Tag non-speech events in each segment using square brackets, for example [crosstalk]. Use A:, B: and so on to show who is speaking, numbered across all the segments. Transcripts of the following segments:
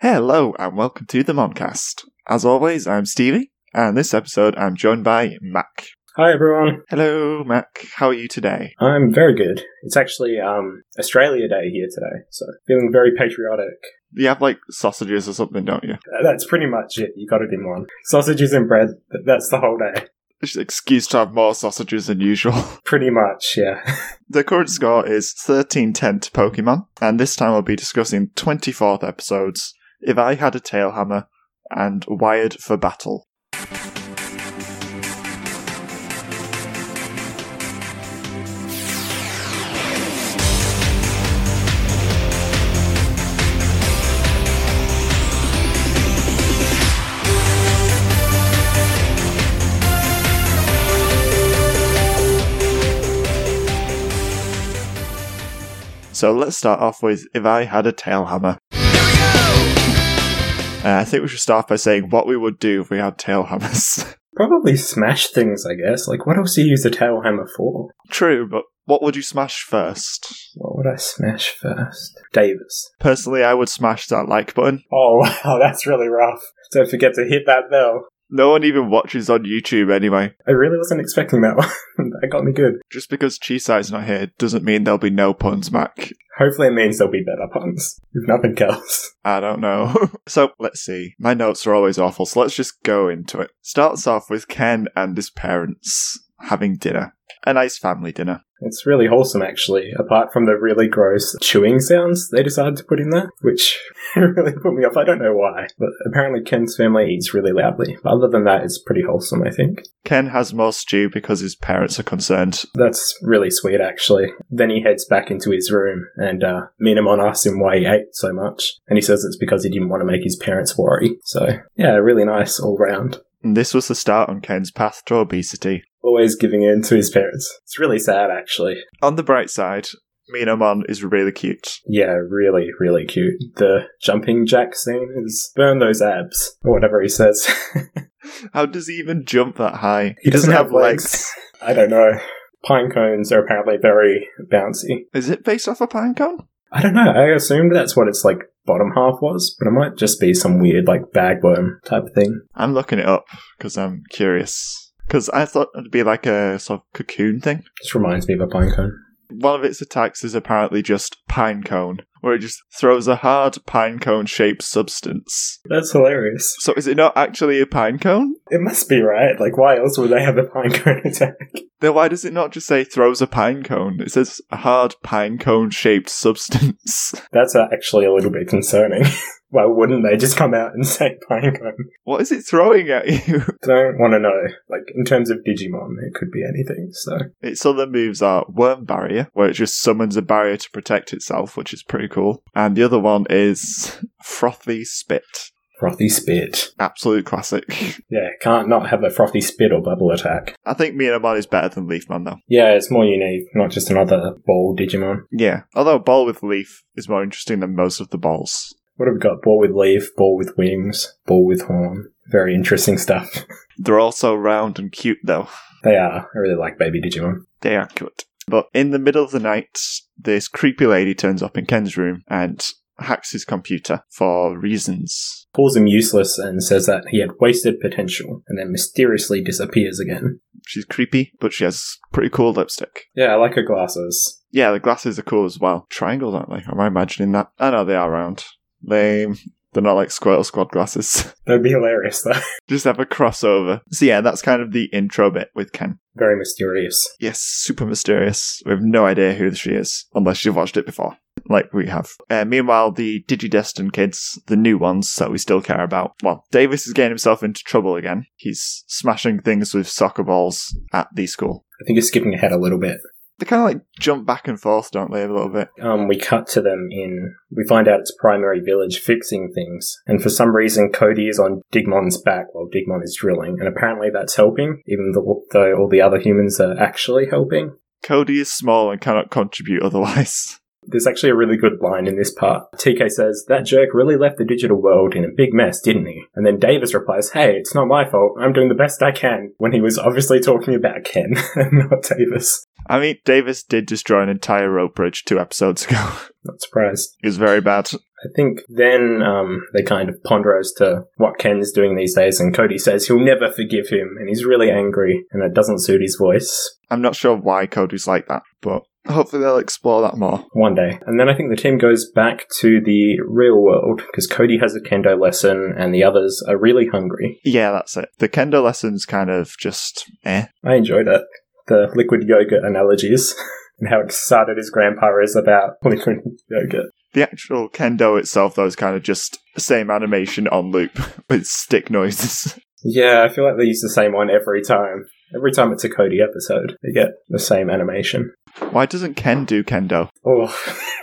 A: Hello and welcome to the Moncast. As always, I'm Stevie, and this episode I'm joined by Mac.
B: Hi everyone.
A: Hello, Mac. How are you today?
B: I'm very good. It's actually um, Australia Day here today, so feeling very patriotic.
A: You have like sausages or something, don't you?
B: Uh, That's pretty much it. You got it in one. Sausages and bread. th- That's the whole day. [laughs]
A: It's an excuse to have more sausages than usual. [laughs]
B: Pretty much, yeah. [laughs]
A: the current score is 13-10 to Pokemon, and this time I'll be discussing 24th episodes, If I Had a Tailhammer, and Wired for Battle. So let's start off with If I Had a Tailhammer. Uh, I think we should start by saying what we would do if we had tailhammers.
B: Probably smash things, I guess. Like, what else do you use a tail hammer for?
A: [laughs] True, but what would you smash first?
B: What would I smash first? Davis.
A: Personally, I would smash that like button.
B: Oh [laughs] wow, that's really rough. Don't forget to hit that bell.
A: No one even watches on YouTube anyway.
B: I really wasn't expecting that [laughs] one. that got me good.
A: Just because Chisai's not here doesn't mean there'll be no puns, Mac.
B: Hopefully, it means there'll be better puns. If nothing else.
A: I don't know. [laughs] so let's see. My notes are always awful, so let's just go into it. Starts off with Ken and his parents having dinner. A nice family dinner.
B: It's really wholesome, actually. Apart from the really gross chewing sounds they decided to put in there, which [laughs] really put me off. I don't know why, but apparently Ken's family eats really loudly. But other than that, it's pretty wholesome, I think.
A: Ken has more stew because his parents are concerned.
B: That's really sweet, actually. Then he heads back into his room, and uh, Minamon asks him why he ate so much, and he says it's because he didn't want to make his parents worry. So, yeah, really nice all round.
A: And this was the start on Ken's path to obesity.
B: Always giving in to his parents. It's really sad, actually.
A: On the bright side, Minomon is really cute.
B: Yeah, really, really cute. The jumping jack scene is burn those abs, or whatever he says. [laughs]
A: How does he even jump that high?
B: He doesn't have legs. I don't know. Pine cones are apparently very bouncy.
A: Is it based off a pine cone?
B: I don't know. I assumed that's what its like bottom half was, but it might just be some weird like bagworm type thing.
A: I'm looking it up because I'm curious. Because I thought it'd be like a sort of cocoon thing.
B: Just reminds me of a pine cone.
A: One of its attacks is apparently just pine cone, where it just throws a hard pine cone shaped substance.
B: That's hilarious.
A: So is it not actually a pine cone?
B: It must be right. Like, why else would they have a pine cone attack?
A: Then why does it not just say throws a pine cone? It says a hard pine cone shaped substance. [laughs]
B: That's uh, actually a little bit concerning. [laughs] why wouldn't they just come out and [laughs] say pine cone?
A: what is it throwing at you? [laughs]
B: Don't want to know. Like, in terms of Digimon, it could be anything, so.
A: Its other moves are Worm Barrier, where it just summons a barrier to protect itself, which is pretty cool. And the other one is Frothy Spit.
B: Frothy spit.
A: Absolute classic. [laughs]
B: Yeah, can't not have a frothy spit or bubble attack.
A: I think Miramon is better than Leafman though.
B: Yeah, it's more unique, not just another ball Digimon.
A: Yeah. Although Ball with Leaf is more interesting than most of the balls.
B: What have we got? Ball with leaf, ball with wings, ball with horn. Very interesting stuff. [laughs]
A: They're also round and cute though.
B: they are. I really like baby Digimon.
A: They are cute. But in the middle of the night, this creepy lady turns up in Ken's room and hacks his computer for reasons
B: Calls him useless and says that he had wasted potential, and then mysteriously disappears again.
A: She's creepy, but she has pretty cool lipstick.
B: Yeah, I like her glasses.
A: Yeah, the glasses are cool as well. Triangles, aren't they? Am I imagining that? I know they are round. Lame. They're not like Squirtle Squad glasses. [laughs]
B: That'd be hilarious, though. [laughs]
A: Just have a crossover. So yeah, that's kind of the intro bit with Ken.
B: Very mysterious.
A: Yes, super mysterious. We have no idea who she is, unless you've watched it before, like we have. Uh, meanwhile, the Digidestin kids, the new ones that we still care about, well, Davis is getting himself into trouble again. He's smashing things with soccer balls at the school.
B: I think he's skipping ahead a little bit.
A: They kind of like jump back and forth, don't they, a little bit?
B: Um, we cut to them in. We find out it's primary village fixing things, and for some reason, Cody is on Digmon's back while Digmon is drilling, and apparently that's helping, even though though all the other humans are actually helping.
A: Cody is small and cannot contribute [laughs] otherwise.
B: There's actually a really good line in this part. TK says, That jerk really left the digital world in a big mess, didn't he? And then Davis replies, Hey, it's not my fault. I'm doing the best I can. When he was obviously talking about Ken [laughs] and not Davis.
A: I mean, Davis did destroy an entire rope bridge two episodes ago. [laughs]
B: Not surprised.
A: it was very bad.
B: I think then um, they kind of ponder as to what Ken's doing these days, and Cody says he'll never forgive him, and he's really angry, and it doesn't suit his voice.
A: I'm not sure why Cody's like that, but hopefully they'll explore that more.
B: One day. And then I think the team goes back to the real world because Cody has a kendo lesson and the others are really hungry.
A: Yeah, that's it. The kendo lesson's kind of just eh.
B: I enjoyed it. The liquid yogurt analogies [laughs] and how excited his grandpa is about [laughs] liquid yogurt.
A: The actual kendo itself, though, is kind of just same animation on loop [laughs] with stick noises. [laughs]
B: Yeah, I feel like they use the same one every time. Every time it's a Cody episode, they get the same animation.
A: Why doesn't Ken do kendo?
B: Oh,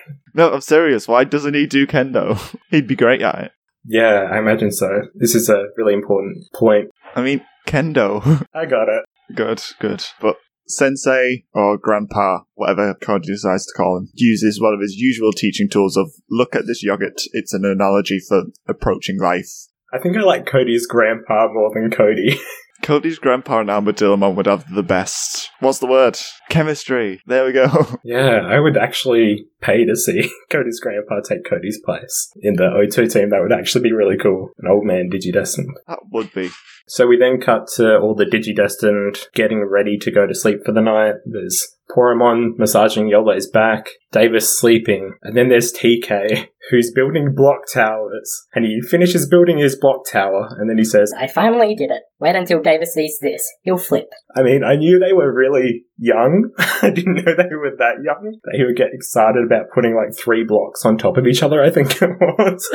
B: [laughs]
A: No, I'm serious. Why doesn't he do kendo? [laughs] He'd be great at it.
B: yeah, I imagine so. This is a really important point.
A: I mean, kendo. [laughs]
B: I got it.
A: good, good. But sensei or grandpa, whatever Cody decides to call him, uses one of his usual teaching tools of look at this yogurt. It's an analogy for approaching life.
B: I think I like Cody's grandpa more than Cody. [laughs]
A: Cody's grandpa and Armadillomon would have the best. What's the word? Chemistry. There we go. [laughs]
B: Yeah, I would actually pay to see [laughs] Cody's grandpa take Cody's place in the O2 team. That would actually be really cool. An old man digidestined.
A: that would be.
B: So we then cut to all the digidestined getting ready to go to sleep for the night. There's Poramon massaging Yola is back, Davis sleeping, and then there's TK [laughs] who's building block towers. And he finishes building his block tower, and then he says,
C: I finally did it. Wait until Davis sees this. He'll flip.
B: I mean, I knew they were really young. [laughs] I didn't know they were that young. They would get excited about putting like three blocks on top of each other, I think [laughs] it was.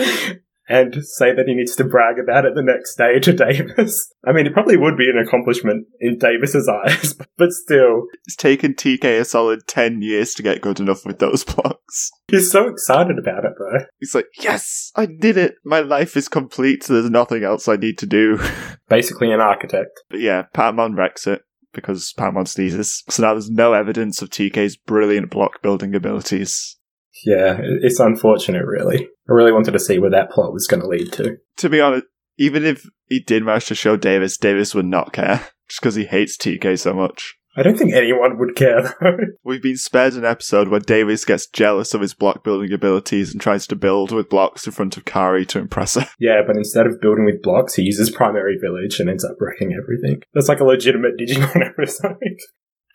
B: And say that he needs to brag about it the next day to [laughs] Davis. I mean, it probably would be an accomplishment in Davis's [laughs] eyes, but still,
A: It's taken TK a solid 10 years to get good enough with those [laughs] blocks.
B: he's so excited about it though.
A: He's like, yes, I did it. My life is complete. There's nothing else I need to do. [laughs]
B: Basically, an architect.
A: But yeah, Patamon wrecks it because Patamon sneezes. So now there's no evidence of TK's brilliant block building abilities.
B: Yeah, it- it's unfortunate, really. I really wanted to see where that plot was going to lead to.
A: To be honest, even if he did manage to show Davis, Davis would not care [laughs] just because he hates TK so much.
B: I don't think anyone would care [laughs] though.
A: We've been spared an episode where Davis gets jealous of his block building abilities and tries to build with blocks in front of Kari to impress her. [laughs]
B: Yeah, but instead of building with blocks, he uses primary village and ends up wrecking everything. That's like a legitimate Digimon [laughs] episode.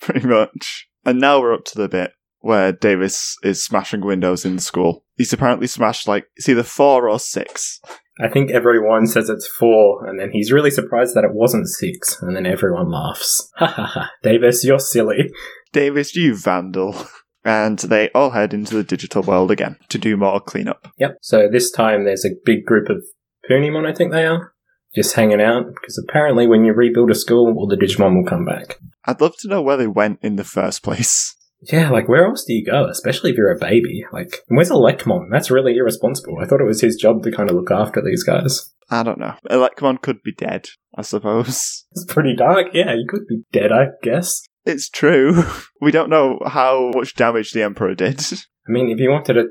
A: pretty much. And now we're up to the bit where Davis is smashing windows in the school. He's apparently smashed like it's either four or six.
B: I think everyone says it's four, and then he's really surprised that it wasn't six, and then everyone laughs. [laughs] Ha ha ha. Davis, you're silly.
A: Davis, you vandal. [laughs] And they all head into the digital world again to do more cleanup.
B: Yep. So this time there's a big group of Poonimon, I think they are, just hanging out, because apparently when you rebuild a school, all the Digimon will come back.
A: I'd love to know where they went in the first place. [laughs]
B: Yeah, like where else do you go, especially if you're a baby? Like, where's Electmon? That's really irresponsible. I thought it was his job to kind of look after these guys.
A: I don't know. Uh, Elecmon could be dead, I suppose. [laughs]
B: It's pretty dark. Yeah, you could be dead, I guess.
A: It's true. [laughs] We don't know how much damage the Emperor did. [laughs]
B: I mean, if you wanted to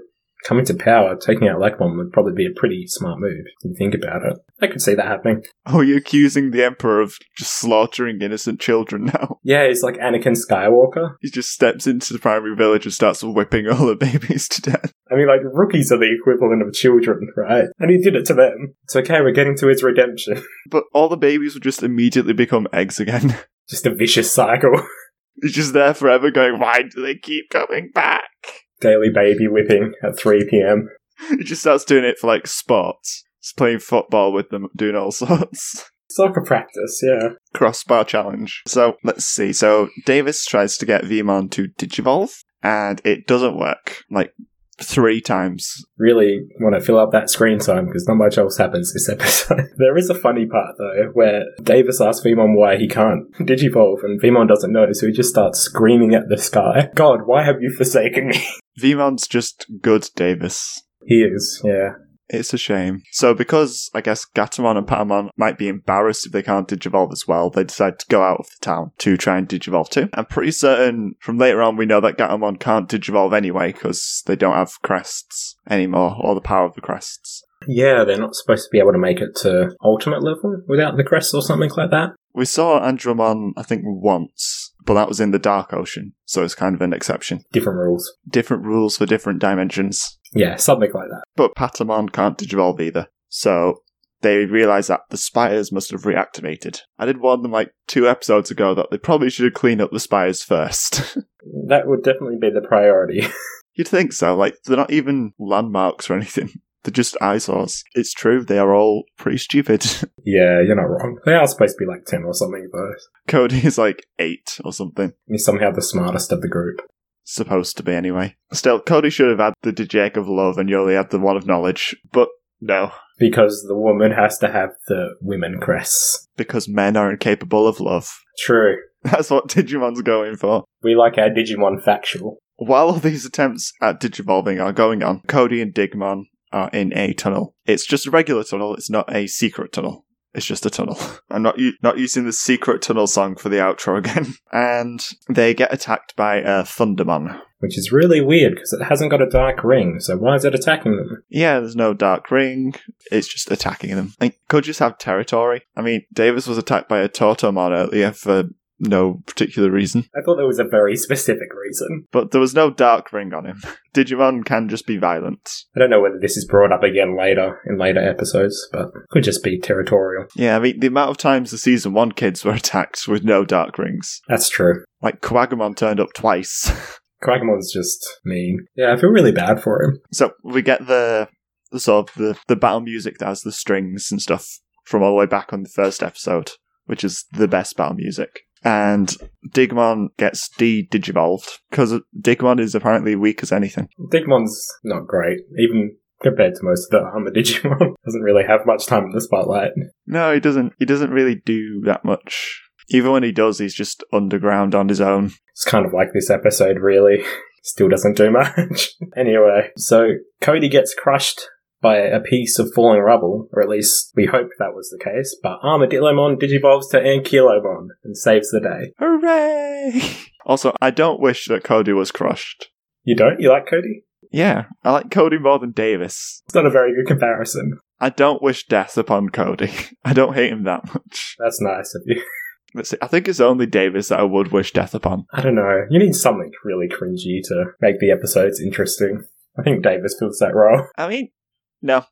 B: come into power, taking out Lakmon would probably be a pretty smart move if you think about it. I could see that happening.
A: Oh, you're accusing the Emperor of just slaughtering innocent children now. [laughs]
B: Yeah, it's like Anakin Skywalker.
A: He just steps into the primary village and starts whipping all the [laughs] babies to death.
B: I mean, like, rookies are the equivalent of children, [laughs] right? And he did it to them. It's okay, we're getting to his redemption. [laughs]
A: But all the babies would just immediately become eggs again. [laughs]
B: Just a vicious cycle. [laughs]
A: It's just there forever going, why do they keep coming back? [laughs]
B: Daily baby whipping at 3 pm.
A: It just starts doing it for like sports. It's playing football with them, doing all [laughs] sorts.
B: Soccer practice, yeah.
A: Crossbar challenge. So let's see. So Davis tries to get Vemon to digivolve, and it doesn't work. Like three times.
B: really want to fill up that screen time because not much else happens this [laughs] episode. there is a funny part though where Davis asks Vemon why he can't digivolve and Vemon doesn't know, so he just starts screaming at the sky, God, why have you forsaken me? [laughs]
A: Vemon's just good Davis.
B: He is, yeah.
A: It's a shame. So because I guess Gatamon and Patamon might be embarrassed if they can't digivolve as well, they decide to go out of the town to try and digivolve too. I'm pretty certain from later on we know that Gatamon can't digivolve anyway because they don't have crests anymore or the power of the crests.
B: Yeah, they're not supposed to be able to make it to ultimate level without the crest or something like that.
A: We saw Andromon, I think, once, but that was in the Dark Ocean, so it's kind of an exception.
B: Different rules.
A: Different rules for different dimensions.
B: Yeah, something like that.
A: But Patamon can't digivolve either, so they realise that the spires must have reactivated. I did warn them like two episodes ago that they probably should have cleaned up the spires first. [laughs]
B: That would definitely be the priority. [laughs]
A: You'd think so, like, they're not even landmarks or anything. [laughs] They're just eyesores. It's true, they are all pretty stupid. [laughs]
B: yeah, you're not wrong. They are supposed to be like 10 or something, though.
A: Cody is like eight or something.
B: You're somehow the smartest of the group.
A: Supposed to be anyway. Still, Cody should have had the Dijek of love and Yoli had the one of knowledge, but no.
B: Because the woman has to have the women crests.
A: Because men are incapable of love. [laughs]
B: True.
A: That's what Digimon's going for.
B: We like our Digimon factual.
A: While all these attempts at digivolving are going on, Cody and Digimon are in a tunnel. It's just a regular tunnel, it's not a secret tunnel. It's just a tunnel. [laughs] I'm not u- not using the secret tunnel song for the outro [laughs] again. And they get attacked by a Thundermon.
B: Which is really weird because it hasn't got a dark ring, so why is it attacking them?
A: Yeah, there's no dark ring. It's just attacking them. And could just have territory. I mean, Davis was attacked by a Tortomon earlier for no particular reason,
B: I thought there was a very [laughs] specific reason.
A: but there was no dark ring on him. [laughs] Digimon can just be violent.
B: I don't know whether this is brought up again later in later episodes, but could just be territorial.
A: Yeah, I mean, the amount of times the season one kids were [laughs] attacked with no dark rings.
B: That's true.
A: Like, Quagamon turned up twice. [laughs]
B: Quagmon's just mean. Yeah, I feel really bad for him.
A: so we get the, the sort of the, the battle music that has the strings and stuff from all the way back on the first episode, which is the best battle music. And Digimon gets de-digivolved because Digimon is apparently weak as anything.
B: Digmon's not great, even compared to most of the other Digimon. [laughs] Doesn't really have much time in the spotlight.
A: No, he doesn't. He doesn't really do that much. Even when he does, he's just underground on his own.
B: It's kind of like this episode, really. [laughs] Still doesn't do much. [laughs] anyway, so Cody gets crushed by a piece of falling rubble, or at least we hope that was the case, but Armadillomon digivolves to Ankylomon and saves the day.
A: Hooray! [laughs] also, I don't wish that Cody was crushed.
B: You don't? You like Cody?
A: Yeah, I like Cody more than Davis.
B: It's not a very good comparison.
A: I don't wish death upon Cody. [laughs] I don't hate him that much.
B: That's nice of you. [laughs]
A: Let's see. I think it's only Davis that I would wish death upon.
B: I don't know. You need something really cringy to make the episodes interesting. I think Davis fills that role.
A: I mean, no.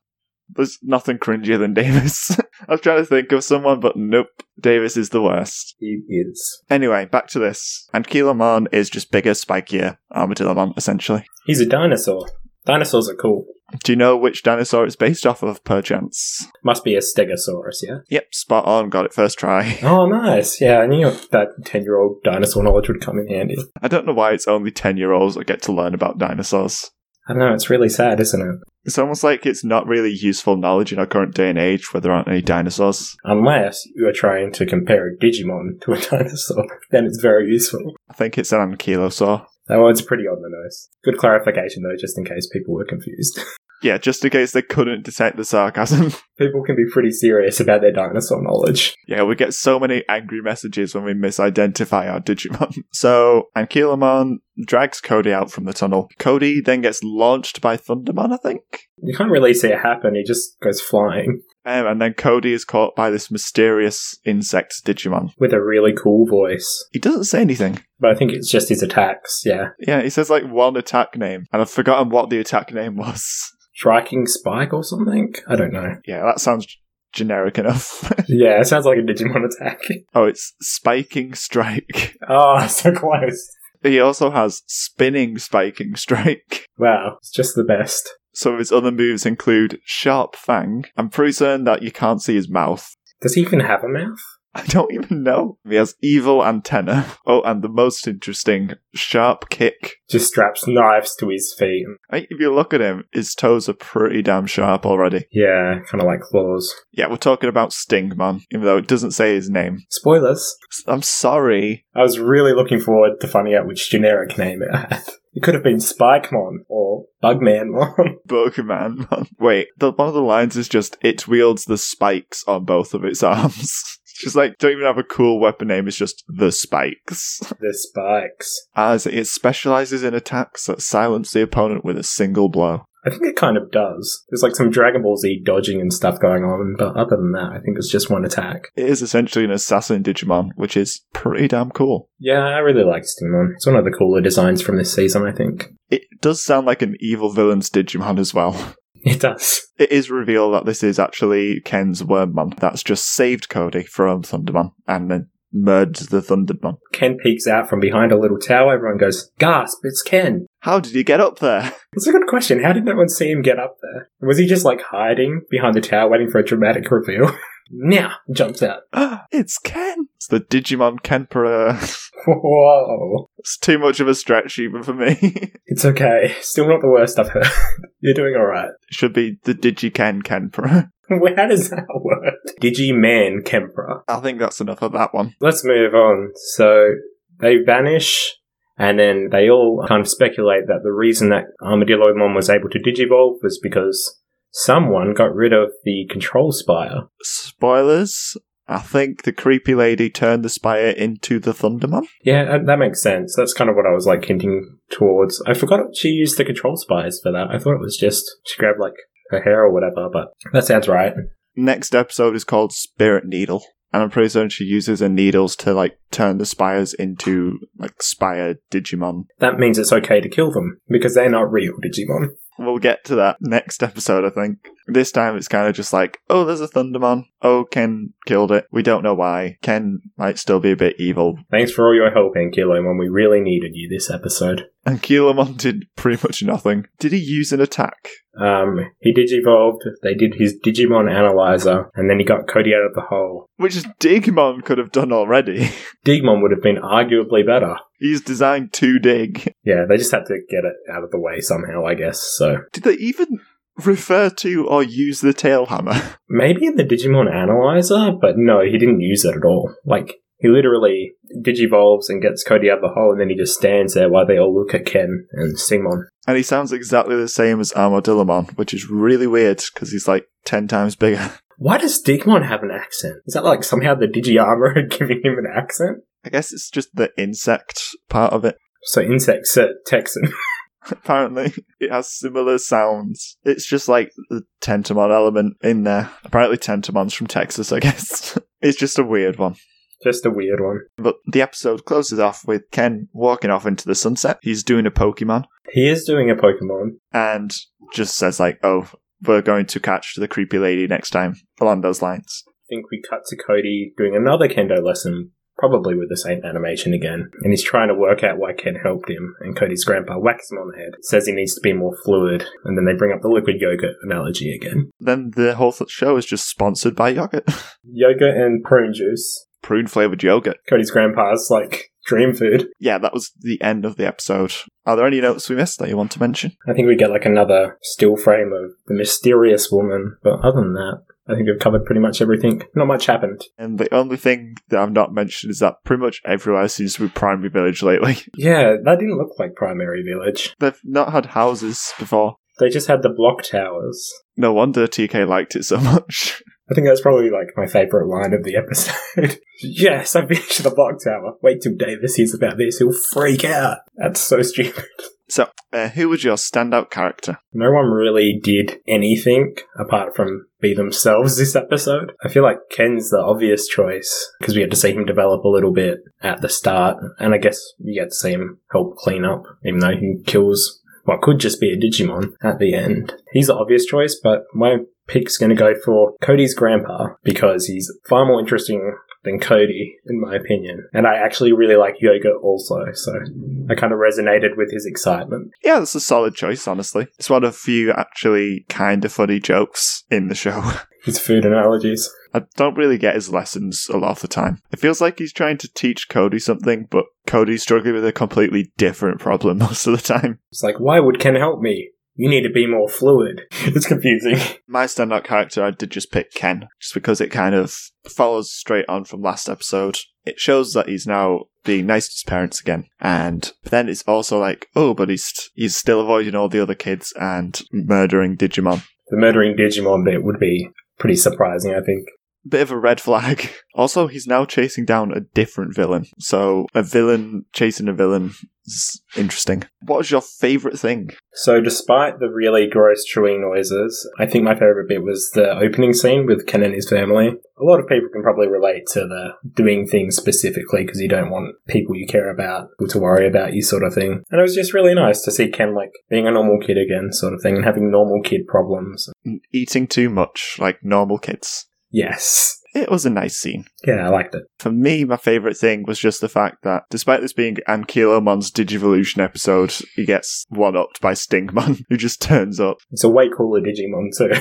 A: There's nothing cringier than Davis. [laughs] I was trying to think of someone, but nope. Davis is the worst.
B: He is.
A: Anyway, back to this. And Kilomon is just bigger, spikier Armadillomon, essentially.
B: He's a dinosaur. Dinosaurs are cool.
A: Do you know which dinosaur it's based off of, perchance?
B: Must be a stegosaurus, yeah?
A: Yep, spot on, got it first try. [laughs]
B: Oh, nice. Yeah, I knew that 10 year old dinosaur knowledge would come in handy.
A: I don't know why it's only 10 year olds that get to learn about dinosaurs.
B: I don't know, it's really sad, isn't it?
A: It's almost like it's not really useful knowledge in our current day and age where there aren't any dinosaurs.
B: Unless you are trying to compare a Digimon to a [laughs] dinosaur, then it's very useful.
A: I think it's an ankylosaur.
B: That one's pretty on the nose. Good clarification, though, just in case people were confused. [laughs]
A: Yeah, just in case they couldn't detect the sarcasm. [laughs]
B: people can be pretty serious about their dinosaur knowledge.
A: yeah, we get so many angry messages when we misidentify our Digimon. [laughs] So, Ankylomon drags Cody out from the tunnel. Cody then gets launched by Thundermon, I think?
B: You can't really see it happen, he just goes flying
A: Um, and then Cody is caught by this mysterious insect Digimon.
B: with a really cool voice.
A: He doesn't say anything.
B: But I think it's just his attacks, yeah.
A: Yeah, he says like one attack name, and I've forgotten what the attack name [laughs] was.
B: Striking Spike or something? I don't know. [laughs]
A: Yeah, that sounds g- generic enough. [laughs]
B: Yeah, it sounds like a Digimon attack. [laughs]
A: oh, it's spiking strike. [laughs]
B: Oh, so close.
A: He also has spinning spiking strike. [laughs]
B: Wow, it's just the best.
A: Some of his other moves include sharp fang. I'm pretty certain that you can't see his mouth. [laughs]
B: Does he even have a mouth?
A: I don't even know. He has evil antenna. [laughs] Oh, and the most interesting, sharp kick.
B: Just straps knives to his feet. and-
A: I think if you look at him, his toes are pretty damn sharp already.
B: Yeah, kind of like claws.
A: Yeah, we're talking about Stingman, even though it doesn't say his name.
B: Spoilers.
A: I'm sorry.
B: I was really looking forward to finding out which generic name it had. [laughs] It could have been Spikemon or Bugmanmon. [laughs]
A: Pokemon. man. [laughs] Wait, the, one of the lines is just, it wields the spikes on both of its [laughs] arms. It's just like, don't even have a cool weapon name, it's just the spikes. [laughs]
B: the spikes.
A: As it specializes in attacks that silence the opponent with a single blow.
B: I think it kind of does. There's like some Dragon Ball Z dodging and stuff going on, but other than that, I think it's just one attack.
A: It is essentially an assassin Digimon, which is pretty damn cool.
B: Yeah, I really like Digimon. It's one of the cooler designs from this season, I think. [laughs]
A: It does sound like an evil villain's Digimon as well. [laughs]
B: It does.
A: It is revealed that this is actually Ken's Wormmon that's just saved Cody from Thunderman and then murdered the Thunderman.
B: Ken peeks out from behind a little tower. Everyone goes, Gasp, it's Ken.
A: How did you get up there? [laughs]
B: That's a good question. How did no one see him get up there? Was he just like hiding behind the tower waiting for a dramatic reveal? [laughs] now jumps out.
A: [gasps] it's Ken! It's the Digimon Kenpera.
B: Whoa.
A: [laughs] it's too much of a stretch even for me. [laughs]
B: It's okay. Still not the worst I've heard. [laughs] You're doing alright.
A: Should be the DigiKen Kenpera.
B: How does that work? Digiman Kempra.
A: [laughs] I think that's enough of that one.
B: Let's move on. So they vanish, and then they all kind of speculate that the reason that Armadillo Mom was able to digivolve was because someone got rid of the control spire.
A: Spoilers. I think the creepy lady turned the spire into the Thunderman.
B: Yeah, that, that makes sense. That's kind of what I was like hinting towards. I forgot she used the control spires for that. I thought it was just she grabbed like her hair or whatever, but that sounds right.
A: Next episode is called Spirit Needle. And I'm pretty certain she uses her needles to like turn the spires into like spire Digimon.
B: That means it's okay to kill them because they're not real Digimon.
A: We'll get to that next episode, I think. This time it's kind of just like, oh, there's a Thundermon. Oh, Ken killed it. We don't know why. Ken might still be a bit evil.
B: Thanks for all your help, Ankilo, when we really needed you this episode.
A: And Kilomon [laughs] did pretty much nothing. Did he use an attack?
B: Um, he digivolved, they did his Digimon analyzer, and then he got Cody out of the hole.
A: Which Digimon could have done already. [laughs]
B: Digimon would have been arguably better.
A: He's designed to dig.
B: Yeah, they just had to get it out of the way somehow, I guess, so.
A: Did they even refer to or use the tail hammer? [laughs]
B: Maybe in the Digimon Analyzer, but no, he didn't use it at all. Like, he literally digivolves and gets Cody out of the hole, and then he just stands there while they all look at Ken and Sigmon.
A: And he sounds exactly the same as Armadillomon, which is really weird because he's like 10 times bigger. [laughs]
B: Why does Digimon have an accent? Is that like somehow the Digi armor [laughs] giving him an accent?
A: I guess it's just the insect part of it.
B: So insects are Texan. [laughs]
A: Apparently, [laughs] it has similar sounds. It's just like the Tentamon element in there. Apparently, Tentamon's from Texas, I guess. [laughs] it's just a weird one.
B: Just a weird one.
A: But the episode closes off with Ken walking off into the sunset. He's doing a Pokemon
B: He is doing a Pokemon.
A: and just says, like, oh, we're going to catch the creepy lady next time, along those lines.
B: I think we cut to Cody doing another kendo lesson, probably with the same animation again. And he's trying to work out why Ken helped him. And Cody's grandpa whacks him on the head, says he needs to be more fluid. And then they bring up the liquid yogurt analogy again.
A: Then the whole th- show is just sponsored by yogurt. [laughs]
B: Yogurt and prune juice.
A: Prune flavored yogurt.
B: Cody's grandpa's like dream food.
A: Yeah, that was the end of the episode. Are there any notes we missed that you want to mention?
B: I think we get like another still frame of the mysterious woman. But other than that, I think we've covered pretty much everything. Not much happened.
A: And the only thing that I've not mentioned is that pretty much everywhere seems to be primary village lately. [laughs]
B: Yeah, that didn't look like primary village.
A: They've not had houses before.
B: They just had the block towers.
A: No wonder TK liked it so [laughs] much.
B: I think that's probably like my favorite line of the episode. [laughs] yes, I've been to the block tower. Wait till Davis hears about this; he'll freak out. That's so stupid.
A: so, uh, who was your standout character?
B: No one really did anything apart from be themselves this episode. I feel like Ken's the obvious choice because we had to see him develop a little bit at the start, and I guess you get to see him help clean up, even though he kills what could just be a Digimon at the end. He's the obvious choice, but my pick's going to go for Cody's grandpa because he's far more interesting than Cody, in my opinion. And I actually really like yogurt also, so I kind of resonated with his excitement.
A: Yeah, that's a solid choice, honestly. It's one of few actually kind of funny jokes in the show. [laughs]
B: His food analogies.
A: I don't really get his lessons a lot of the time. It feels like he's trying to teach Cody something, but Cody's struggling with a completely different problem [laughs] most of the time.
B: It's like, why would Ken help me? You need to be more fluid. [laughs] It's confusing.
A: My standout character, I did just pick Ken, just because it kind of follows straight on from last episode. It shows that he's now being nice to his parents again, and then it's also like, oh, but he's he's still avoiding all the other kids and murdering Digimon.
B: The murdering Digimon bit would be pretty surprising, I think.
A: bit of a red flag. [laughs] Also, he's now chasing down a different villain. So, a villain chasing a villain is interesting. What was your favourite thing?
B: So, despite the really gross chewing noises, I think my favorite bit was the opening scene with Ken and his family. A lot of people can probably relate to the doing things specifically because you don't want people you care about to worry about you, sort of thing. And it was just really nice to see Ken, like, being a normal kid again, sort of thing, and having normal kid problems.
A: Eating too much, like normal kids.
B: Yes.
A: It was a nice scene.
B: Yeah, I liked it.
A: For me, my favourite thing was just the fact that despite this being Ankylomon's Digivolution episode, he gets one upped by Stinkman, [laughs] who just turns up.
B: It's a way cooler Digimon, too.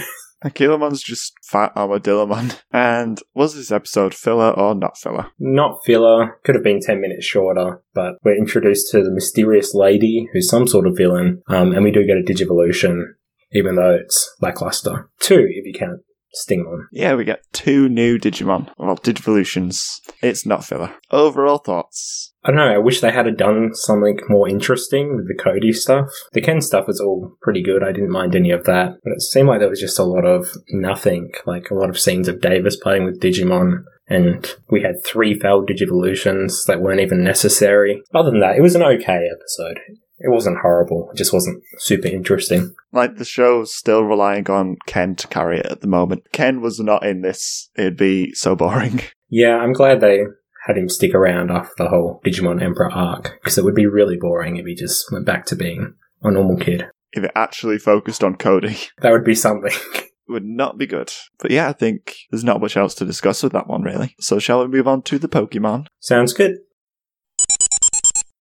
A: Ankylomon's just fat armadillomon. And was this episode filler or not filler?
B: Not filler, could have been 10 minutes shorter, but we're introduced to the mysterious lady who's some sort of villain, um, and we do get a Digivolution, even though it's lackluster. Two, if you count Stingmon.
A: Yeah, we get two new Digimon. Well, Digivolutions. It's not filler. Overall thoughts.
B: I don't know, I wish they had done something more interesting with the Cody stuff. The Ken stuff was all pretty good, I didn't mind any of that. But it seemed like there was just a lot of nothing, like a lot of scenes of Davis playing with Digimon. And we had three failed Digivolutions that weren't even necessary. Other than that, it was an okay episode. It wasn't horrible, it just wasn't super interesting.
A: Like the show's still relying on Ken to carry it at the moment. Ken was not in this, it'd be so boring. [laughs]
B: Yeah, I'm glad they had him stick around after the whole Digimon Emperor arc, because it would be really boring if he just went back to being a normal kid.
A: If it actually focused on Cody, it
B: That would be something. [laughs]
A: would not be good. But yeah, I think there's not much else to discuss with that one really. So shall we move on to the Pokemon?
B: Sounds good.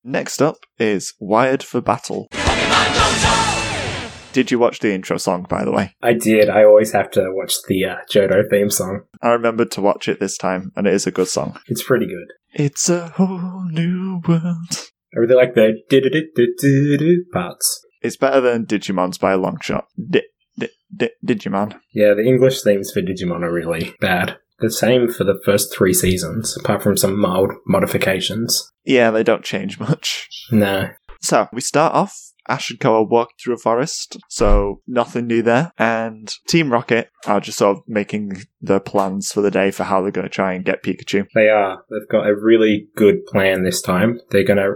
A: Next up is Wired for Battle. Did you watch the intro song, by the way?
B: I did. I always have to watch the uh, Jodo theme song.
A: I remembered to watch it this time, and it is a good song.
B: It's pretty good.
A: It's a whole new world.
B: I really like the do-do-do-do-do-do parts.
A: It's better than Digimon's by a long shot. Di- di- di- Digimon.
B: Yeah, the English themes for Digimon are really bad. The same for the first three seasons, apart from some mild modifications.
A: Yeah, they don't change much.
B: No.
A: So we start off. Ash and Co are walking through a forest, so nothing new there. And Team Rocket are just sort of making their plans for the day for how they're going to try and get Pikachu.
B: They are. They've got a really good plan this time. They're going to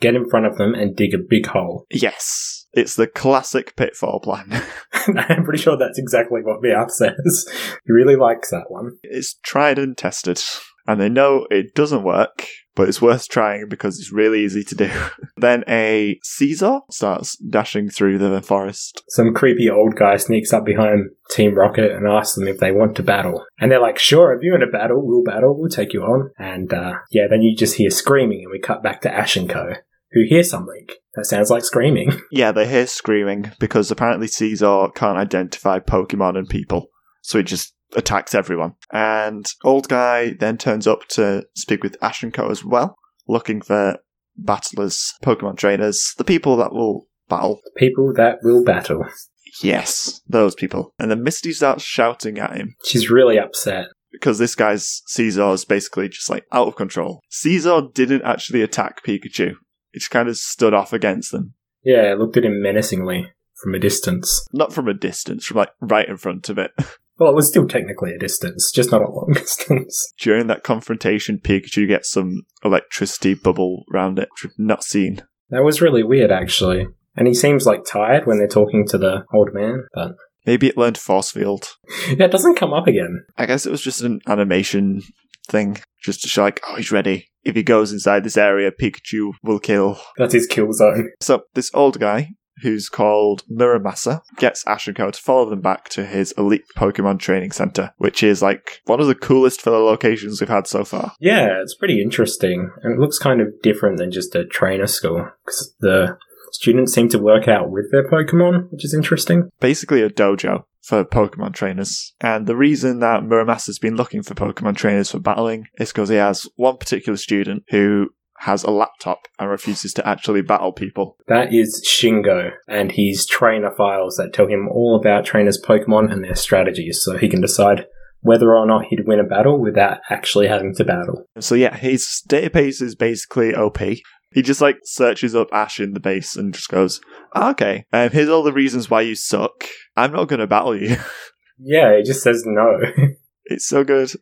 B: get in front of them and dig a big hole. [laughs]
A: Yes, it's the classic pitfall plan. [laughs]
B: I'm pretty sure that's exactly what Meowth says. he really likes that one.
A: it's tried and tested, and they know it doesn't work, but it's worth trying because it's really easy to do. [laughs] then a Caesar starts dashing through the forest.
B: Some creepy old guy sneaks up behind Team Rocket and asks them if they want to battle. And they're like, sure, if you're in a battle, we'll battle, we'll take you on. And uh, yeah, then you just hear screaming and we cut back to Ash and Co., who hear something. That sounds like screaming. [laughs]
A: Yeah, they hear screaming because apparently Caesar can't identify Pokemon and people, so he just attacks everyone. And old guy then turns up to speak with Ash and Co as well, looking for battlers, Pokemon trainers, the people that will battle
B: People that will battle.
A: Yes, those people. And then Misty starts shouting at him
B: She's really upset.
A: because this guy's Caesar is basically just like out of control. Caesar didn't actually attack Pikachu. He just kind of stood off against them.
B: Yeah, looked at him menacingly from a distance.
A: Not from a distance, from like right in front of it.
B: Well, it was still technically a distance, just not a long [laughs] distance.
A: During that confrontation, Pikachu gets some electricity bubble round it, which we've not seen.
B: That was really weird, actually. And he seems like tired when they're talking to the old man, but [laughs]
A: Maybe it learned force field.
B: yeah, it doesn't come up again.
A: I guess it was just an animation thing, just to show like, oh, he's ready. If he goes inside this area, Pikachu will kill.
B: That's his kill zone.
A: So this old guy, who's called Muramasa, gets Ash and Co to follow them back to his elite Pokemon training center, which is like one of the coolest filler locations we've had so far.
B: Yeah, it's pretty interesting. And it looks kind of different than just a trainer school because the students seem to work out with their Pokemon, which is interesting.
A: Basically a dojo for Pokemon trainers. And the reason that Muramasa's been looking for Pokemon trainers for battling is because he has one particular student who has a laptop and refuses to actually battle people.
B: That is Shingo and his trainer files that tell him all about trainers' Pokemon and their strategies so he can decide whether or not he'd win a battle without actually having to battle.
A: So yeah, his database is basically OP. He just like searches up Ash in the base and just goes, "Ah, "Okay, um, here's all the reasons why you suck. I'm not going to battle you."
B: Yeah, he just says no.
A: [laughs]
B: [laughs]
A: It's so good.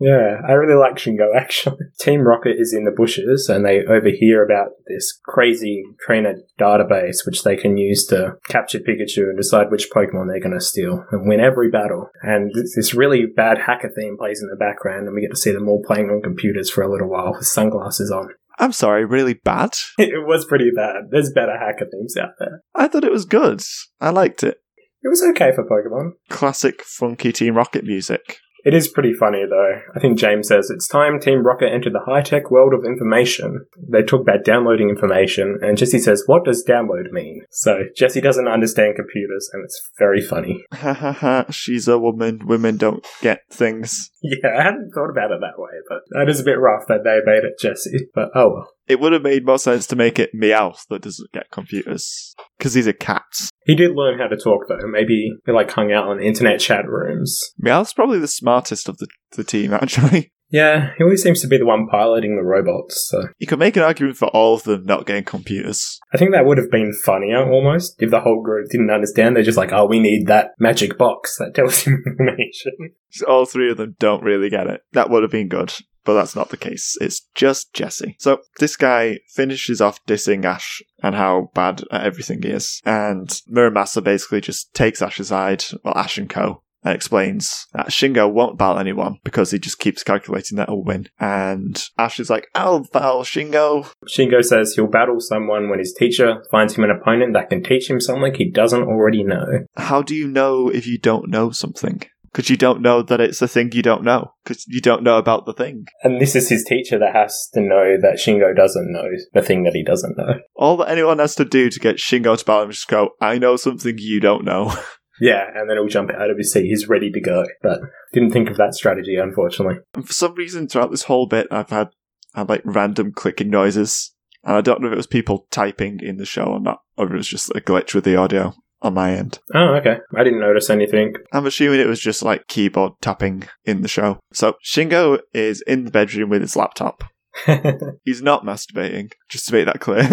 B: Yeah, I really like Shingo [laughs] actually. Team Rocket is in the bushes and they overhear about this crazy trainer database which they can use to capture Pikachu and decide which Pokemon they're going to steal and win every battle. And th- this really bad hacker theme plays in the background and we get to see them all playing on computers for a little while with sunglasses on. [laughs]
A: I'm sorry, really bad.
B: it was pretty bad. There's better hacker themes out there.
A: I thought it was good. I liked it.
B: It was okay for Pokemon.
A: Classic funky Team Rocket music.
B: It is pretty funny though. I think James says it's time Team Rocket entered the high tech world of information. They talk about downloading information, and Jesse says, What does download mean? So Jesse doesn't understand computers, and it's very funny. [laughs]
A: Ha ha ha, [laughs] she's a woman. Women don't get things.
B: Yeah, I hadn't thought about it that way, but that is a bit rough that they made it Jesse. But oh well.
A: It would have made more sense to make it Meowth that doesn't get computers. Because he's a cat.
B: He did learn how to talk though. Maybe he like hung out on internet chat rooms.
A: Meowth's probably the smartest of the, the team, [laughs] actually.
B: Yeah, he always seems to be the one piloting the robots, so
A: You could make an argument for all of them not getting computers.
B: I think that would have been funnier almost if the whole group didn't understand. They're just like, oh, we need that magic box that tells you [laughs] information.
A: So All three of them don't really get it. That would have been good, but that's not the case. It's just Jesse. So this guy finishes off dissing Ash and how bad at everything he is. And Muramasa basically just takes Ash aside, well, Ash and Co. And explains that Shingo won't battle anyone because he just keeps calculating that he'll win. And Ash is like, I'll battle Shingo.
B: Shingo says he'll battle someone when his teacher finds him an opponent that can teach him something he doesn't already know.
A: How do you know if you don't know something? Because you don't know that it's a thing you don't know. Because you don't know about the thing.
B: And this is his teacher that has to know that Shingo doesn't know the thing that he doesn't know.
A: All that anyone has to do to get Shingo to battle him is just go, I know something you don't know. [laughs]
B: Yeah, and then he'll jump out of his seat. He's ready to go. But didn't think of that strategy, unfortunately.
A: And for some reason, throughout this whole bit, I've had, had like random clicking noises. And I don't know if it was people typing in the show or not, or if it was just a glitch with the audio on my end.
B: Oh, okay. I didn't notice anything. [laughs]
A: I'm assuming it was just like keyboard tapping in the show. So Shingo is in the bedroom with his laptop.
B: you
A: He's not masturbating, just to make that clear.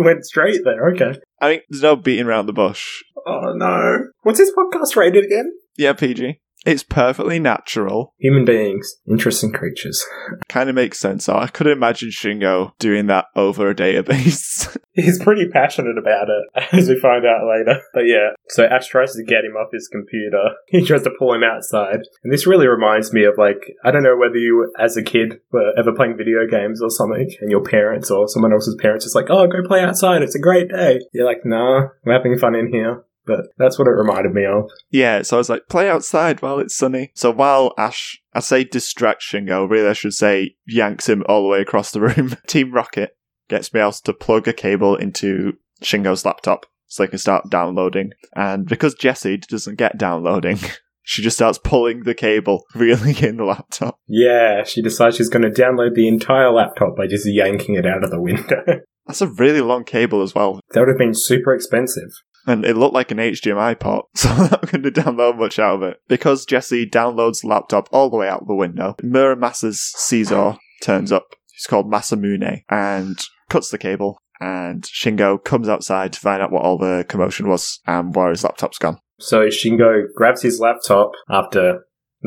A: [laughs]
B: went straight there. Okay.
A: I mean, there's no beating around the bush.
B: Oh, no. What's his podcast rated again?
A: Yeah, PG. It's perfectly natural.
B: Human beings, interesting creatures.
A: Kind of makes sense. though. I could imagine Shingo doing that over a database.
B: [laughs]
A: [laughs]
B: He's pretty passionate about it, [laughs] as we find out later. But yeah, so Ash tries to get him off his computer. [laughs] He tries to pull him outside. And this really reminds me of like, I don't know whether you, as a kid, were ever playing video games or something, and your parents or someone else's parents is like, oh, go play outside, it's a great day. You're like, nah, we're having fun in here. But that's what it reminded me of.
A: yeah, so I was like, play outside while it's sunny. So while Ash, I say distract Shingo, really I should say yanks him all the way across the room. [laughs] Team Rocket gets Meowth to plug a cable into Shingo's laptop so they can start downloading. And because Jessie doesn't get downloading, [laughs] she just starts pulling the cable [laughs] really in the laptop.
B: Yeah, she decides she's going to download the entire laptop by just yanking it out of the window. [laughs]
A: That's a really long cable as well.
B: that would have been super expensive.
A: and it looked like an HDMI port, [laughs] so I'm not going to download much out of it. Because Jesse downloads the laptop all the way out the window, Muramasa's Caesar turns up. He's called Masamune and cuts the cable. And Shingo comes outside to find out what all the commotion was and where his laptop's gone.
B: So Shingo grabs his laptop after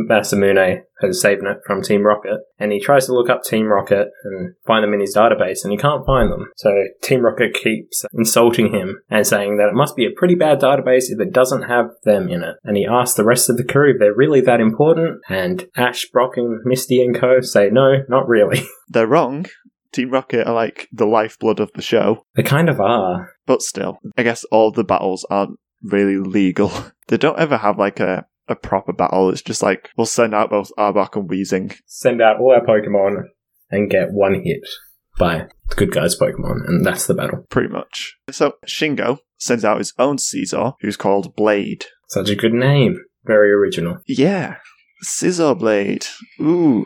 B: Masamune has saved it from Team Rocket, and he tries to look up Team Rocket and find them in his database, and he can't find them. So Team Rocket keeps insulting him and saying that it must be a pretty bad database if it doesn't have them in it. And he asks the rest of the crew if they're really that important, and Ash, Brock, and Misty and co say no, not really. [laughs]
A: They're wrong. Team Rocket are like the lifeblood of the show,
B: they kind of are.
A: but still, I guess all the battles aren't really legal. [laughs] they don't ever have like a, a proper battle. It's just like we'll send out both Arbok and Weezing
B: Send out all our Pokemon and get one hit by the good guys Pokemon, and that's the battle.
A: pretty much. So Shingo sends out his own Caesar, who's called Blade.
B: Such a good name. Very original.
A: Yeah, Scissor Blade. Ooh,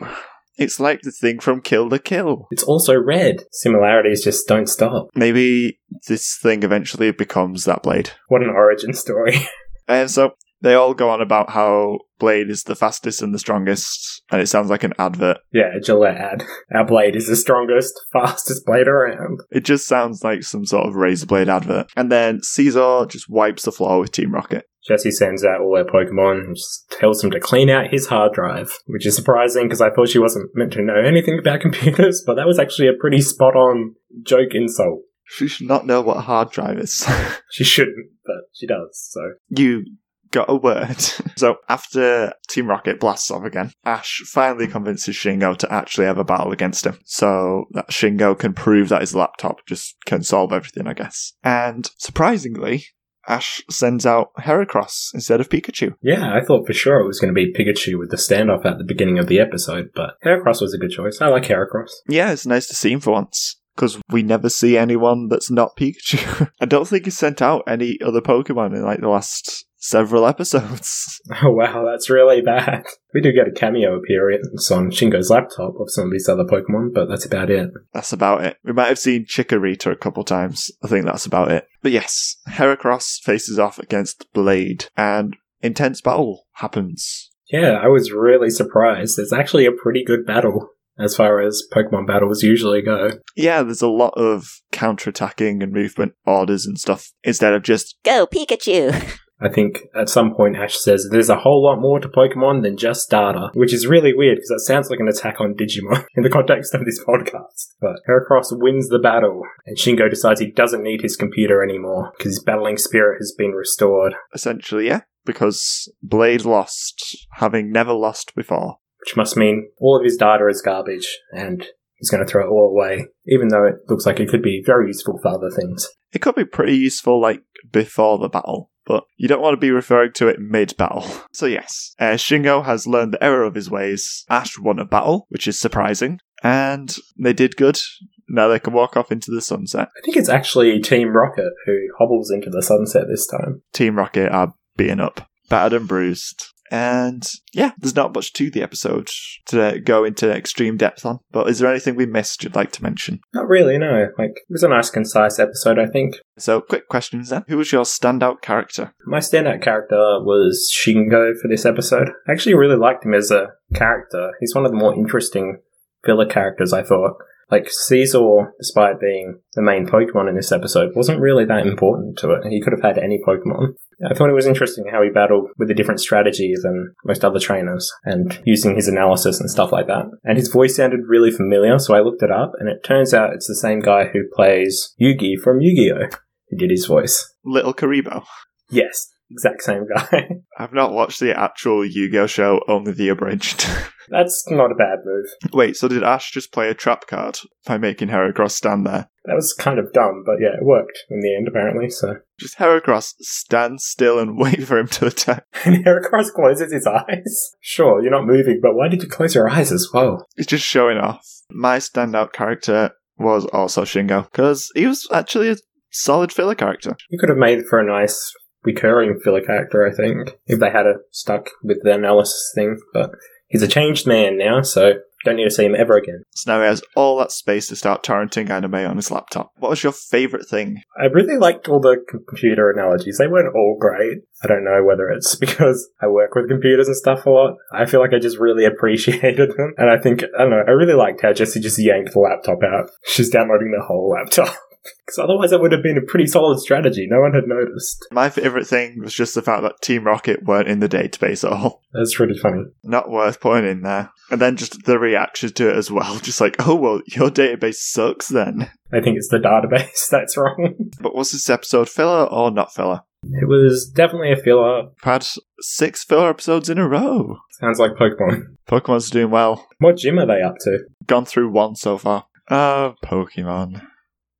A: it's like the thing from Kill the Kill.
B: It's also red. Similarities just don't stop.
A: Maybe this thing eventually becomes that blade.
B: What an origin story. [laughs]
A: And so they all go on about how Blade is the fastest and the strongest, and it sounds like an advert.
B: yeah, a Gillette ad. Our blade is the strongest, fastest blade around.
A: It just sounds like some sort of razor blade advert. And then Caesar just wipes the floor with Team Rocket.
B: Jesse sends out all her Pokemon and just tells them to clean out his hard drive, which is surprising because I thought she wasn't meant to know anything about [laughs] computers, but that was actually a pretty spot on joke insult.
A: She should not know what a hard drive is. [laughs]
B: She shouldn't, but she does, so.
A: you got a word. [laughs] so after Team Rocket blasts off again, Ash finally convinces Shingo to actually have a battle against him. So that Shingo can prove that his laptop just can solve everything, I guess. And surprisingly, Ash sends out Heracross instead of Pikachu.
B: Yeah, I thought for sure it was going to be Pikachu with the standoff at the beginning of the episode, but Heracross was a good choice. I like Heracross.
A: Yeah, it's nice to see him for once. Because we never see anyone that's not Pikachu. [laughs] I don't think he's sent out any other Pokemon in like the last several episodes. [laughs]
B: [laughs] Oh wow, that's really bad. We do get a cameo appearance on Shingo's laptop of some of these other Pokemon, but that's about it.
A: That's about it. We might have seen Chikorita a couple times. I think that's about it. But yes, Heracross faces off against Blade, and intense battle happens.
B: Yeah, I was really surprised. It's actually a pretty good battle as far as Pokemon battles usually go.
A: Yeah, there's a lot of counterattacking and movement orders and stuff instead of just
D: Go Pikachu!
B: I think at some point Ash says there's a whole lot more to Pokemon than just data, which is really weird because that sounds like an attack on Digimon [laughs] in the context of this podcast. But Heracross wins the battle, and Shingo decides he doesn't need his computer anymore because his battling spirit has been restored,
A: essentially, yeah, because Blade lost, having never lost before.
B: which must mean all of his data is garbage and he's going to throw it all away, even though it looks like it could be very useful for other things.
A: It could be pretty useful, like, before the battle, but you don't want to be referring to it mid battle. [laughs] So, yes, uh, Shingo has learned the error of his ways. Ash won a battle, which is surprising, and they did good. Now they can walk off into the sunset.
B: I think it's actually Team Rocket who hobbles into the sunset this time.
A: Team Rocket are beaten up, battered and bruised. And yeah, there's not much to the episode to go into extreme depth on, but is there anything we missed you'd like to mention?
B: Not really, no. Like, it was a nice, concise episode, I think.
A: So, quick questions then. Who was your standout character?
B: My standout character was Shingo for this episode. I actually really liked him as a character. He's one of the more interesting filler characters, I thought. Like, Caesar, despite being the main Pokemon in this episode, wasn't really that important to it. He could have had any Pokemon. I thought it was interesting how he battled with a different strategy than most other trainers and using his analysis and stuff like that. And his voice sounded really familiar, so I looked it up, and it turns out it's the same guy who plays Yugi from Yu Gi Oh! who did his voice.
A: Little Karibo.
B: Yes, exact same guy. [laughs]
A: I've not watched the actual Yu-Gi-Oh show, only the abridged. [laughs]
B: That's not a bad move.
A: Wait, so did Ash just play a trap card by making Heracross stand there?
B: That was kind of dumb, but yeah, it worked in the end, apparently. So, [laughs]
A: Just Heracross stand still and [laughs] wait for him to attack.
B: and Heracross closes his eyes. [laughs] Sure, you're not moving, but why did you close your eyes as well?
A: It's just showing off. My standout character was also Shingo, because he was actually a solid filler character.
B: You could have made for a nice recurring filler character, I think, if they had a stuck with the analysis thing. But he's a changed man now, so don't need to see him ever again.
A: So now he has all that space to start torrenting anime on his laptop. What was your favourite thing?
B: I really liked all the computer analogies. They weren't all great. I don't know whether it's [laughs] because I work with computers and stuff a lot. I feel like I just really [laughs] appreciated them. And I think, I don't know, I really liked how Jesse just yanked the laptop out. She's downloading the whole laptop. [laughs] Because otherwise, it would have been a pretty solid strategy. No one had noticed.
A: My favourite thing was just the fact that Team Rocket weren't in the database at all.
B: That's pretty funny.
A: Not worth putting in there. And then just the reaction to it as well. [laughs] Just like, oh, well, your database sucks then.
B: I think it's the [laughs] database that's wrong.
A: But was this episode filler or not filler?
B: It was definitely a filler.
A: We've had six filler episodes in a row.
B: Sounds like Pokemon.
A: Pokemon's doing well.
B: What gym are they up to?
A: Gone through one so far. Uh, Pokemon.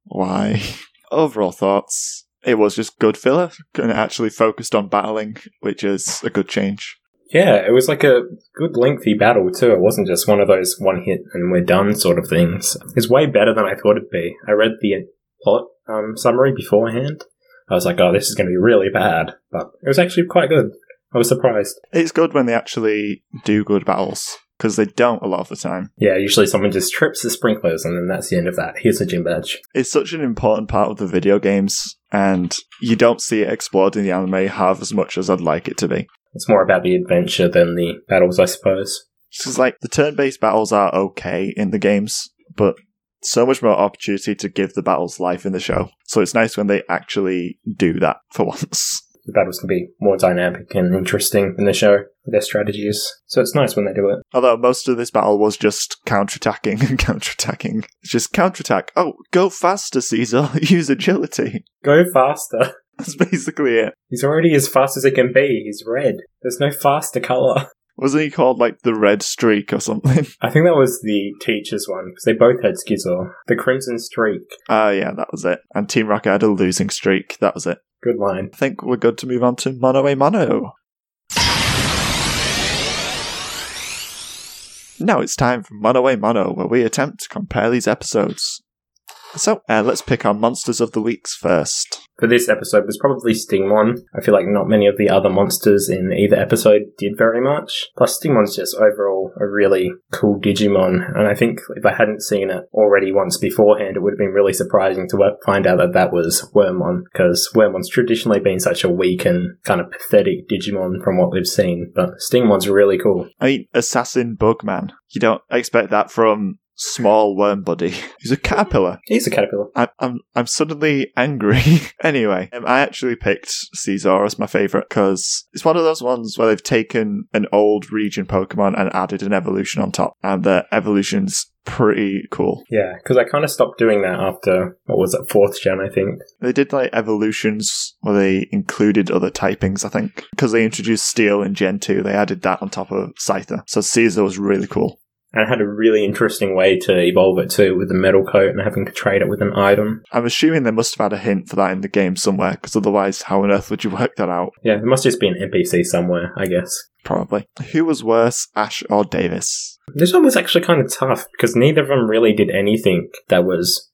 A: Why? [laughs] Overall thoughts. It was just good filler and it actually focused on battling, which is a good change.
B: Yeah, it was like a good lengthy battle too. It wasn't just one of those one hit and we're done sort of things. It's way better than I thought it'd be. I read the plot um, summary beforehand. I was like, oh, this is going to be really bad. But it was actually quite good. I was surprised.
A: It's good when they actually do good battles because they don't a lot of the time.
B: Yeah, usually someone just trips the sprinklers and then that's the end of that. Here's a gym badge.
A: It's such an important part of the video games, and you don't see it explored in the anime half as much as I'd like it to be.
B: It's more about the adventure than the battles, I suppose.
A: Because like the turn-based battles are okay in the games, but so much more opportunity to give the battles life in the show. So it's nice when they actually do that [laughs] for once.
B: the battles can be more dynamic and interesting in the show with their strategies. So it's nice when they do it.
A: Although most of this battle was just counterattacking and [laughs] counterattacking. It's just counterattack. Oh, go faster, Caesar. [laughs] Use agility. [laughs]
B: Go faster. [laughs]
A: That's basically it.
B: He's already as fast as he can be. He's red. There's no faster color. [laughs]
A: Wasn't he called like the Red Streak or something?
B: I think that was the teacher's one because they both had Skizor. The Crimson Streak.
A: Ah, yeah, that was it. And Team Rocket had a losing streak. That was it.
B: Good line.
A: I think we're good to move on to Mono a Mono. Now it's time for Mono a Mono, where we attempt to compare these episodes. So uh, let's pick our monsters of the weeks first.
B: For this episode was probably Stingmon. I feel like not many of the other monsters in either episode did very much. Plus, Stingmon's just overall a really cool Digimon, and I think if I hadn't seen it already once beforehand, it would have been really surprising to wo- find out that that was Wormmon, because Wormmon's traditionally been such a weak and kind of pathetic Digimon from what we've seen, but Stingmon's really cool.
A: I mean, Assassin Bugman. You don't expect that from small worm buddy. [laughs] He's a caterpillar.
B: He's a caterpillar.
A: I'm, I'm, I'm suddenly angry. [laughs] anyway, um, I actually picked Caesar as my favorite because it's one of those ones where they've taken an old region Pokemon and added an evolution on top, and the evolution's pretty cool.
B: Yeah, because I kind of stopped doing that after, what was it, fourth gen, I think.
A: They did like evolutions where they included other typings, I think, because they introduced Steel in Gen 2, they added that on top of Scyther. So Caesar was really cool.
B: and it had a really interesting way to evolve it too with the metal coat and having to trade it with an item.
A: I'm assuming they must have had a hint for that in the game somewhere, because otherwise, how on earth would you [laughs] work that out?
B: Yeah, there must just be an NPC somewhere, I guess.
A: Probably. Who was worse, Ash or Davis?
B: This one was actually kind of tough because neither of them really did anything that was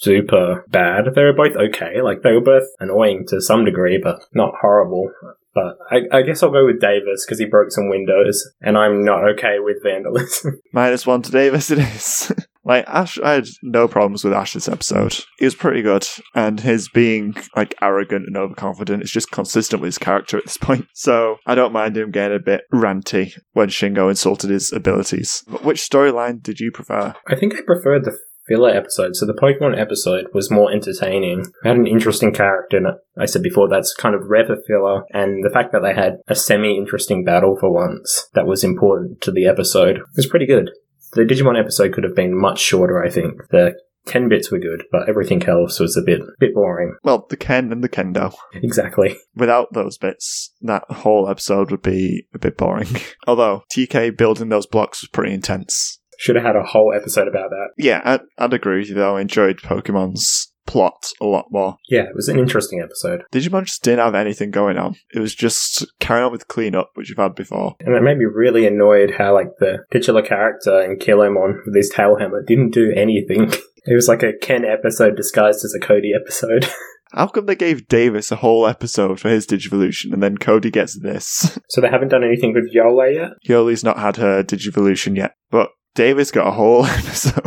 B: super bad. They were both okay, like they were both annoying to some degree, but not horrible. But I, I guess I'll go with Davis because he broke some windows, and I'm not okay with vandalism.
A: Minus one to Davis, it is. [laughs] like, Ash, I had no problems with Ash this episode. He was pretty good, and his being, like, arrogant and overconfident is just consistent with his character at this point. [laughs] So, I don't mind him getting a bit ranty when Shingo insulted his abilities. But which storyline did you prefer?
B: I think I preferred the filler episode. So the Pokemon episode was more entertaining. It had an interesting character in it. I said before that's kind of rare for filler, and the fact that they had a semi-interesting battle for once that was important to the episode was pretty good. The Digimon episode could have been much shorter, I think. The ten bits were good, but everything else was a bit bit boring. [laughs]
A: Well, the Ken and the Kendo.
B: Exactly.
A: without those bits, that whole episode would be a bit boring. [laughs] Although TK building those blocks was pretty intense.
B: Should have had a whole episode about that.
A: Yeah, I'd, I'd agree with you though. I enjoyed Pokemon's plot a lot more.
B: Yeah, it was an interesting episode.
A: Digimon just didn't have anything going on. It was just carrying on with cleanup, which you've had before.
B: And it made me really annoyed how, like, the titular character in Kilomon with his tail helmet didn't do anything. [laughs] It was like a Ken episode disguised as a Cody episode. [laughs]
A: How come they gave Davis a whole episode for his Digivolution and then Cody gets this? [laughs]
B: so they haven't done anything with Yola yet?
A: Yoli's not had her Digivolution yet, but Davis got a whole [laughs] episode.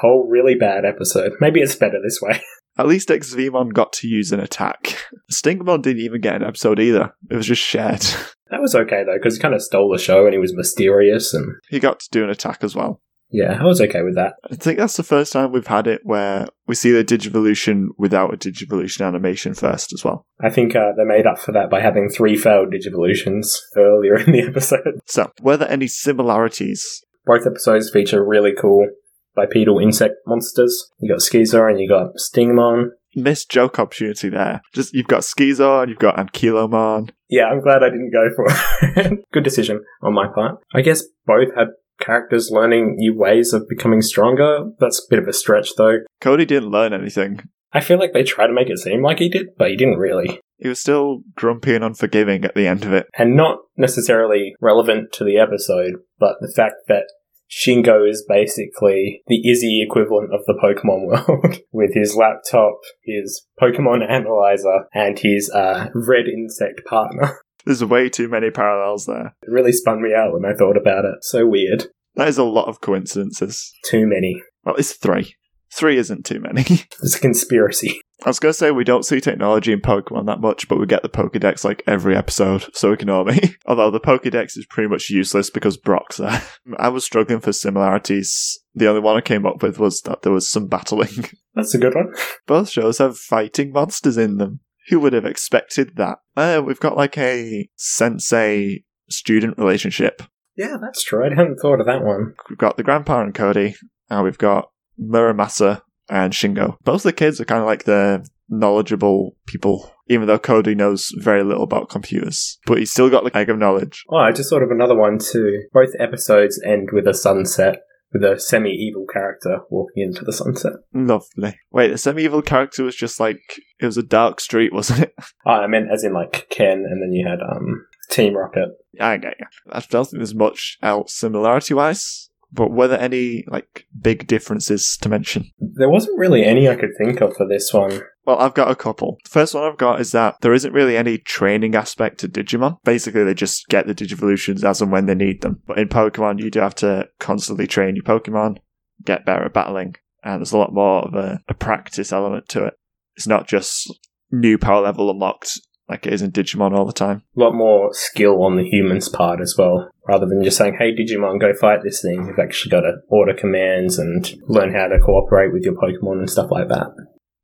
B: Whole really bad episode. Maybe it's better this way. [laughs]
A: At least Xvmon got to use an attack. Stingmon didn't even get an episode either. It was just shared. [laughs]
B: That was okay though, because he kind of stole the show and he was mysterious and
A: He got to do an attack as well.
B: yeah, I was okay with that.
A: I think that's the first time we've had it where we see the Digivolution without a Digivolution animation first as well.
B: I think uh, they made up for that by having three failed Digivolutions [laughs] earlier in the episode.
A: So, were there any similarities?
B: Both episodes feature really cool bipedal insect monsters. You got Skizor and you got Stingmon.
A: Missed joke opportunity there. Just you've got Skizor, you've got Ankylomon.
B: Yeah, I'm glad I didn't go for it. [laughs] Good decision on my part. I guess both had characters learning new ways of becoming stronger. That's a bit of a stretch, though.
A: Cody didn't learn anything.
B: I feel like they try to make it seem like he did, but he didn't really.
A: He was still grumpy and unforgiving at the end of it.
B: And not necessarily relevant to the episode, but the fact that Shingo is basically the Izzy equivalent of the Pokemon [laughs] world, with his laptop, his Pokemon analyzer, and his uh, red insect partner. [laughs]
A: There's way too many parallels there.
B: It really spun me out when I thought about it. So weird.
A: That is a lot of coincidences.
B: Too many.
A: Well, it's three. Three isn't too many. [laughs]
B: It's a conspiracy. [laughs]
A: I was going to say we don't see technology in Pokemon that much, but we get the Pokedex like every episode, so ignore me. [laughs] Although the Pokedex is pretty much useless because Brock's there. [laughs] I was struggling for similarities. The only one I came up with was that there was some battling.
B: That's a good one.
A: Both shows have fighting monsters in them. Who would have expected that? Uh, we've got like a sensei student relationship.
B: Yeah, that's true. I hadn't thought of that one.
A: We've got the grandpa and Cody, and we've got Muramasa and Shingo. Both the kids are kind of like the knowledgeable people, even though Cody knows very little about computers, but he's still got the egg of knowledge.
B: Oh, I just thought of another one too. Both episodes end with a sunset, with a semi evil character walking into the sunset.
A: Lovely. Wait, the semi-evil character was just like it was a dark street, wasn't it?
B: Ah, I meant as in like Ken, and then you had um Team Rocket.
A: I get you. I don't think there's much else similarity wise, but were there any like big differences to mention?
B: There wasn't really any I could think of for this one.
A: Well, I've got a couple. The first one I've got is that there isn't really any training aspect to Digimon. Basically, they just get the Digivolutions as and when they need them. But in Pokemon, you do have to constantly train your Pokemon, get better at battling, and there's a lot more of a, a practice element to it. It's not just new power level unlocked like it is in Digimon all the time.
B: A lot more skill on the humans' part as well, rather than just saying, "Hey, Digimon, go fight this thing." You've actually got to order commands and learn how to cooperate with your Pokemon and stuff like that.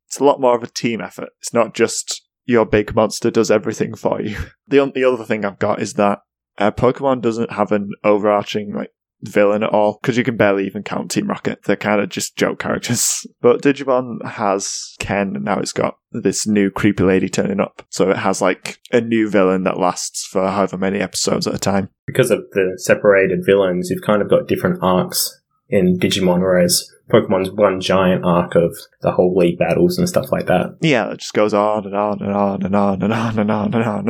A: It's a lot more of a team effort. It's not just your big monster does everything for you. [laughs] The, on- the other thing I've got is that uh, Pokemon doesn't have an overarching like villain at all because you can barely even count Team Rocket. They're kind of just joke characters. [laughs] But Digimon has Ken, and now it's got this new creepy lady turning up. So it has like a new villain that lasts for however many episodes at a time.
B: Because of the separated villains, you've kind of got different arcs in Digimon, whereas Pokemon's one giant arc of the whole league battles and stuff like that.
A: Yeah, it just goes on and on and on and on and on and on and on and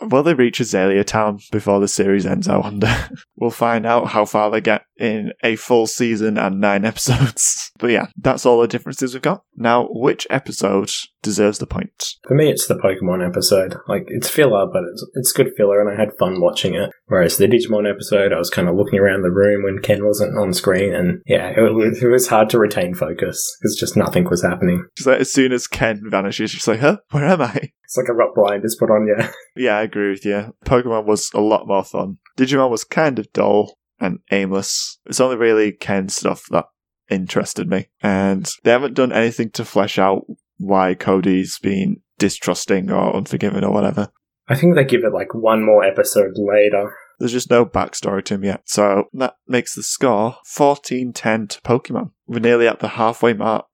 A: on. Will they reach Azalea Town before the series ends? I wonder. [laughs] we'll find out how far they get in a full season and nine [laughs] episodes. But yeah, that's all the differences we've got. Now, which episode deserves the point?
B: For me, it's the Pokemon episode. Like, it's filler, but it's, it's good filler, and I had fun watching it. Whereas the Digimon episode, I was kind of looking around the room when Ken wasn't on screen, and yeah, it, was- it was hard to retain focus because just nothing was happening.
A: Just like as soon as Ken vanishes, she's like, huh? Where am I?
B: It's like I got blinders put on, yeah.
A: Yeah, I agree with you. Pokemon was a lot more fun. Digimon was kind of dull and aimless. It's only really Ken stuff that interested me. And they haven't done anything to flesh out why Cody's been distrusting or unforgiving or whatever.
B: [laughs] I think they give it like one more episode later.
A: There's just no backstory to him yet. So that makes the score 14 10 to Pokemon. We're nearly at the halfway mark.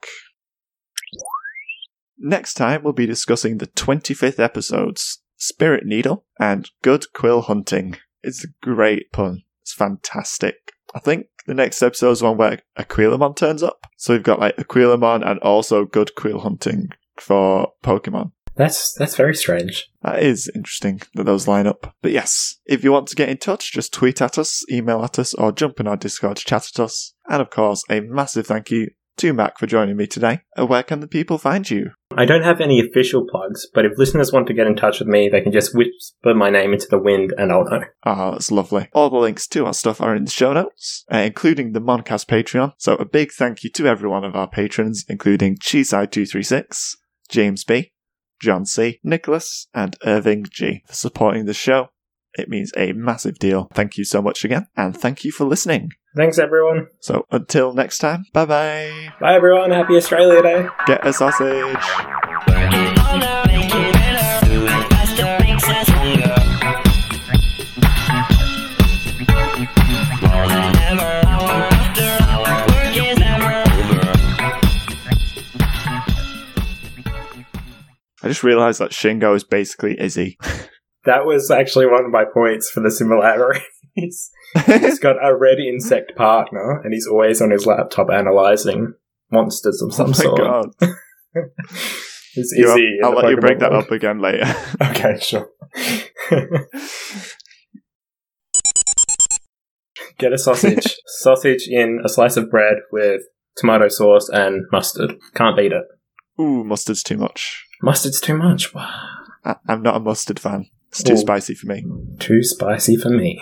A: Next time, we'll be discussing the 25th episodes Spirit Needle and Good Quill Hunting. It's a great pun. It's fantastic. I think the next episode is one where Aquilamon turns up. So we've got like Aquilamon and also Good Quill Hunting for Pokemon.
B: That's that's very strange.
A: That is interesting that those line up. But yes, if you want to get in touch, just tweet at us, email at us, or jump in our Discord to chat at us. And of course, a massive thank you to Mac for joining me today. Uh, Where can the people find you?
B: I don't have any official plugs, but if listeners want to get in touch with me, they can just whisper my name into the wind and I'll know.
A: Ah, that's lovely. All the links to our stuff are in the show notes, uh, including the Moncast Patreon. So a big thank you to every one of our patrons, including Cheeside236, James B, John C, Nicholas, and Irving G for supporting the show. It means a massive deal. Thank you so much again, and thank you for listening.
B: Thanks, everyone.
A: So until next time, bye bye.
B: Bye, everyone. Happy Australia Day.
A: Get a sausage. I just realised that Shingo is basically Izzy.
B: That was actually one of my points for
A: [laughs]
B: the similarities. he's got a red insect partner, and he's always on his laptop analyzing monsters of some
A: oh my
B: sort.
A: god.
B: It's
A: You-
B: easy.
A: I'll let you break that up again later. [laughs]
B: Okay, sure. Get a [laughs] sausage. sausage in a slice of bread with tomato sauce and mustard. Can't beat it.
A: Ooh, mustard's too much.
B: Mustard's too much. Wow.
A: I- [laughs] I'm not a mustard fan. It's too
B: Ooh. [laughs]
A: spicy for me.
B: Too spicy for me.